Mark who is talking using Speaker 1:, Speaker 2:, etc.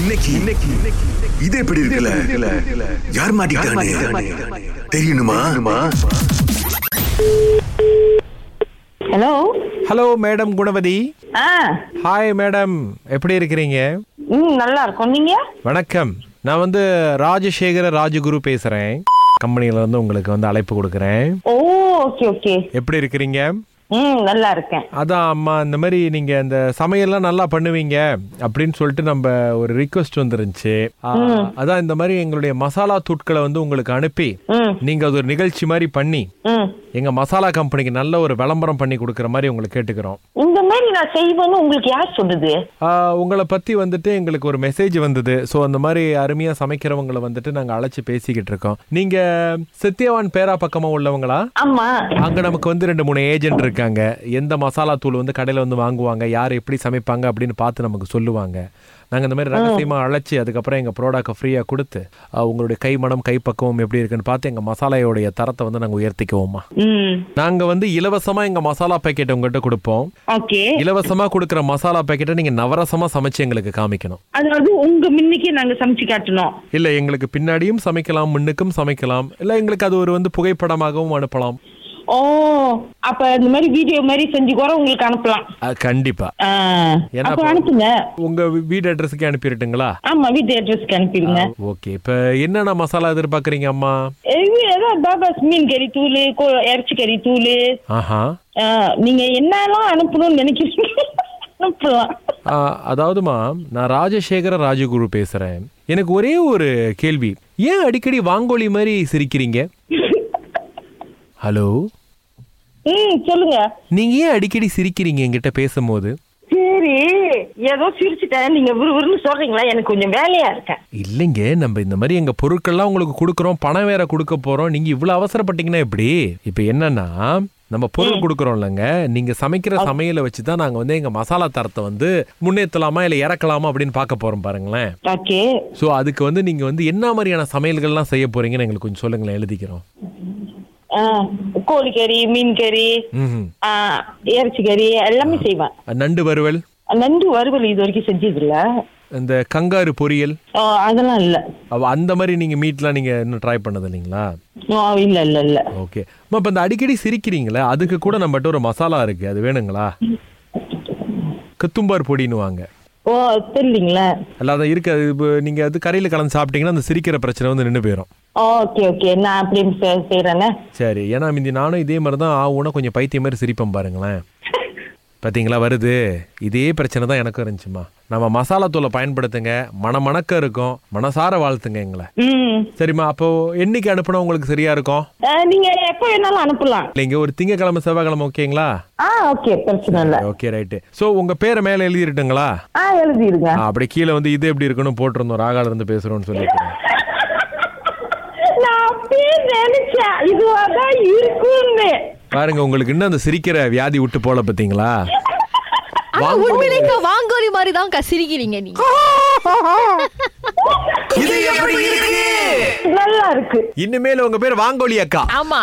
Speaker 1: இன்னைக்கு இன்னைக்கு இன்னைக்கு- இது எப்படி இருக்குல்ல யார் மாட்டிக்கிட்டானே தெரியணுமா
Speaker 2: ஹலோ
Speaker 3: ஹலோ மேடம் குணவதி
Speaker 2: ஆ
Speaker 3: ஹாய் மேடம் எப்படி இருக்கிறீங்க
Speaker 2: ம் நல்லா இருக்கும் நீங்க
Speaker 3: வணக்கம் நான் வந்து ராஜசேகர ராஜகுரு பேசுகிறேன் கம்பெனியில வந்து உங்களுக்கு வந்து அழைப்பு கொடுக்குறேன்
Speaker 2: ஓ ஓகே ஓகே
Speaker 3: எப்படி இருக்கிறீங்க
Speaker 2: ம் நல்லா இருக்கேன்
Speaker 3: அதான் அம்மா இந்த மாதிரி நீங்கள் இந்த சமையல்லாம் நல்லா பண்ணுவீங்க அப்படின்னு சொல்லிட்டு நம்ம ஒரு ரிக்வெஸ்ட் வந்துருந்துச்சு ஆ, அதான் இந்த மாதிரி எங்களுடைய மசாலா தூட்களை வந்து உங்களுக்கு அனுப்பி
Speaker 2: ம்
Speaker 3: நீங்கள் அது ஒரு நிகழ்ச்சி மாதிரி பண்ணி
Speaker 2: ம்
Speaker 3: எங்கள் மசாலா கம்பெனிக்கு நல்ல ஒரு விளம்பரம் பண்ணி கொடுக்குற மாதிரி உங்களை கேட்டுக்கிறோம்
Speaker 2: இந்த மாதிரி நான் செய்வேன்னு உங்களுக்கு யார் சொல்லுது
Speaker 3: ஆ, உங்களை பற்றி வந்துட்டு எங்களுக்கு ஒரு மெசேஜ் வந்தது ஸோ அந்த மாதிரி அருமையாக சமைக்கிறவங்களை வந்துட்டு நாங்கள் அழைச்சி பேசிக்கிட்டு இருக்கோம் நீங்கள் சத்யவான் பேரா பக்கமாக உள்ளவங்களா
Speaker 2: ஆமா
Speaker 3: அங்கே நமக்கு வந்து ரெண்டு மூணு ஏஜென்ட் இருக்காங்க எந்த மசாலா தூள் வந்து கடையில் வந்து வாங்குவாங்க யார் எப்படி சமைப்பாங்க அப்படின்னு பார்த்து நமக்கு சொல்லுவாங்க நாங்கள் இந்த மாதிரி ரகசியமாக அழைச்சி அதுக்கப்புறம் எங்கள் ப்ராடக்டை ஃப்ரீயாக கொடுத்து ஆ, உங்களுடைய கை மனம் கைப்பக்குவம் எப்படி இருக்குன்னு பார்த்து எங்கள் மசாலையோடைய தரத்தை வந்து நாங்கள் உயர்த்திக்குவோம்மா
Speaker 2: ம்
Speaker 3: நாங்கள் வந்து இலவசமாக எங்கள் மசாலா பேக்கெட் உங்கள்கிட்ட கொடுப்போம்
Speaker 2: ஓகே
Speaker 3: இலவசமா கொடுக்கிற மசாலா பாக்கெட்டை நீங்க நவரசமா சமைச்சு எங்களுக்கு காமிக்கணும்
Speaker 2: அதாவது உங்க முன்னுக்கே நாங்க சமைச்சு காட்டணும்
Speaker 3: இல்ல எங்களுக்கு பின்னாடியும் சமைக்கலாம் முன்னுக்கும் சமைக்கலாம் இல்ல எங்களுக்கு அது ஒரு வந்து புகைப்படமாகவும் அனுப்பலாம்
Speaker 2: ஓ அப்ப இந்த மாதிரி வீடியோ மாதிரி செஞ்சு கூட உங்களுக்கு அனுப்பலாம்
Speaker 3: அஹ், கண்டிப்பா
Speaker 2: ஆ,
Speaker 3: ஏன்னா
Speaker 2: அப்ப
Speaker 3: அப்ப-
Speaker 2: அனுப்புங்க
Speaker 3: உங்க வீ- வீடு அட்ரஸுக்கு அனுப்பிடட்டுங்களா
Speaker 2: ஆமா வீட்டு அட்ரஸ்க்கு அனுப்பிடுங்க
Speaker 3: ஓகே இப்ப என்னென்ன மசாலா எதிர்பார்க்கறீங்க அம்மா
Speaker 2: எங்க- அதான் பாபாஸ் மீன் கறி தூள் கோ- இறைச்சி கறி தூள்
Speaker 3: ஆஹா
Speaker 2: ஆ, நீங்க என்னெல்லாம் அனுப்பணும்னு நினைக்கிறீங்க அனுப்பலாம்
Speaker 3: ஆஹ், அதாவதுமா நான் ராஜசேகர ராஜகுரு பேசுறேன் எனக்கு ஒரே ஒரு கேள்வி ஏன் அடிக்கடி வாங்கோலி மாதிரி சிரிக்கிறீங்க ஹலோ
Speaker 2: ம் சொல்லுங்க
Speaker 3: நீங்க ஏன் அடிக்கடி சிரிக்கிறீங்க என்கிட்ட பேசும்போது
Speaker 2: சரி ஏதோ சிரிச்சுட்டேன் நீங்க விறுவிறுன்னு சொல்றீங்களா எனக்கு கொஞ்சம் வேலையா இருக்கேன்
Speaker 3: இல்லைங்க நம்ம இந்த மாதிரி எங்க பொருட்கள்லாம் உங்களுக்கு கொடுக்குறோம் பணம் வேற கொடுக்க போறோம் நீங்க இவ்வளவு அவசரப்பட்டீங்கன்னா எப்படி இப்ப என்னன்னா நம்ம பொருள் கொடுக்குறோம் இல்லைங்க நீங்க சமைக்கிற சமையலை வச்சு தான் நாங்க வந்து எங்க மசாலா தரத்தை வந்து முன்னேற்றலாமா இல்ல இறக்கலாமா அப்படின்னு பார்க்க போறோம் பாருங்களேன்
Speaker 2: ஓகே
Speaker 3: ஸோ அதுக்கு வந்து நீங்க வந்து என்ன மாதிரியான சமையல்கள்லாம் செய்ய போறீங்கன்னு எங்களுக்கு கொஞ்சம் சொல்லுங்களேன் எழுதிக்கிறோம்
Speaker 2: ஆ, கோழிக்கறி மீன் கறி
Speaker 3: ம்ஹும்.
Speaker 2: ஆ, இறைச்சி கறி எல்லாமே செய்வேன்
Speaker 3: நண்டு வறுவல்
Speaker 2: நண்டு வறுவல் இது வரைக்கும் செஞ்சது இல்ல
Speaker 3: இந்த கங்காரு பொரியல்
Speaker 2: ஆ, அதெல்லாம் இல்ல
Speaker 3: அவ- அந்த மாதிரி நீங்க மீட்லாம் நீங்க இன்னும் ட்ரை பண்ணது இல்லைங்களா
Speaker 2: ஆ, இல்ல இல்ல இல்ல
Speaker 3: ஓகே அம்மா, இப்ப இந்த அடிக்கடி சிரிக்கிறீங்களே அதுக்கு கூட நம்மகிட்ட ஒரு மசாலா இருக்கு அது வேணுங்களா கத்தும்பார் பொடின்னுவாங்க
Speaker 2: ஓ தெரியலீங்களா
Speaker 3: அல்லாத இருக்கு அது இப்போ நீங்க அது கரையில கலந்து சாப்பிட்டீங்கன்னா அந்த சிரிக்கிற பிரச்சனை வந்து நின்று போயிடும்
Speaker 2: ஓகே ஓகே நான் அப்படி செ- செய்றேனே
Speaker 3: சரி ஏன்னா மிந்தி நானும் இதே மாதிரி தான் ஆகும்னா கொஞ்சம் பைத்தியம் மாதிரி சிரிப்பேன் பாருங்களேன் பார்த்தீங்களா வருது இதே பிரச்சனை தான் எனக்கும் இருந்துச்சுமா நம்ம மசாலா தூளை பயன்படுத்துங்க மணமணக்க இருக்கும் மனசார வாழ்த்துங்க எங்களை
Speaker 2: ம்
Speaker 3: சரிம்மா அப்போ என்னைக்கு அனுப்புனா உங்களுக்கு சரியா இருக்கும்
Speaker 2: ஆ, நீங்க எப்ப வேணாலும் அனுப்பலாம்
Speaker 3: இல்லைங்க ஒரு திங்கக்கிழமை செவ்வாய்க்கிழமை ஓகேங்களா
Speaker 2: ஆ ஓகே பிரச்சனை இல்ல
Speaker 3: ஓகே ரைட்டு ஸோ உங்க பேரை மேலே எழுதிருட்டுங்களா
Speaker 2: ஆ எழுதிடுங்க
Speaker 3: ஆ, அப்படியே கீழே வந்து இது எப்படி இருக்குன்னு போட்டிருந்தோம் ராகால இருந்து பேசுறோம்னு சொல்லிட்டு
Speaker 2: நான் அப்படியே நினைச்சேன் இதுவாதான் இருக்கும்னு
Speaker 3: பாருங்க உங்களுக்கு இன்னும் அந்த சிரிக்கிற வியாதி விட்டு போல பாத்தீங்களா
Speaker 4: ஆனா உண்மையிலேயே வாங்கோலி மாதிரி தான் சிரிக்கிறீங்க நீங்க
Speaker 2: நல்லா இருக்கு
Speaker 3: இனிமேல் உங்க பேர் வாங்கோலி அக்கா
Speaker 4: ஆமா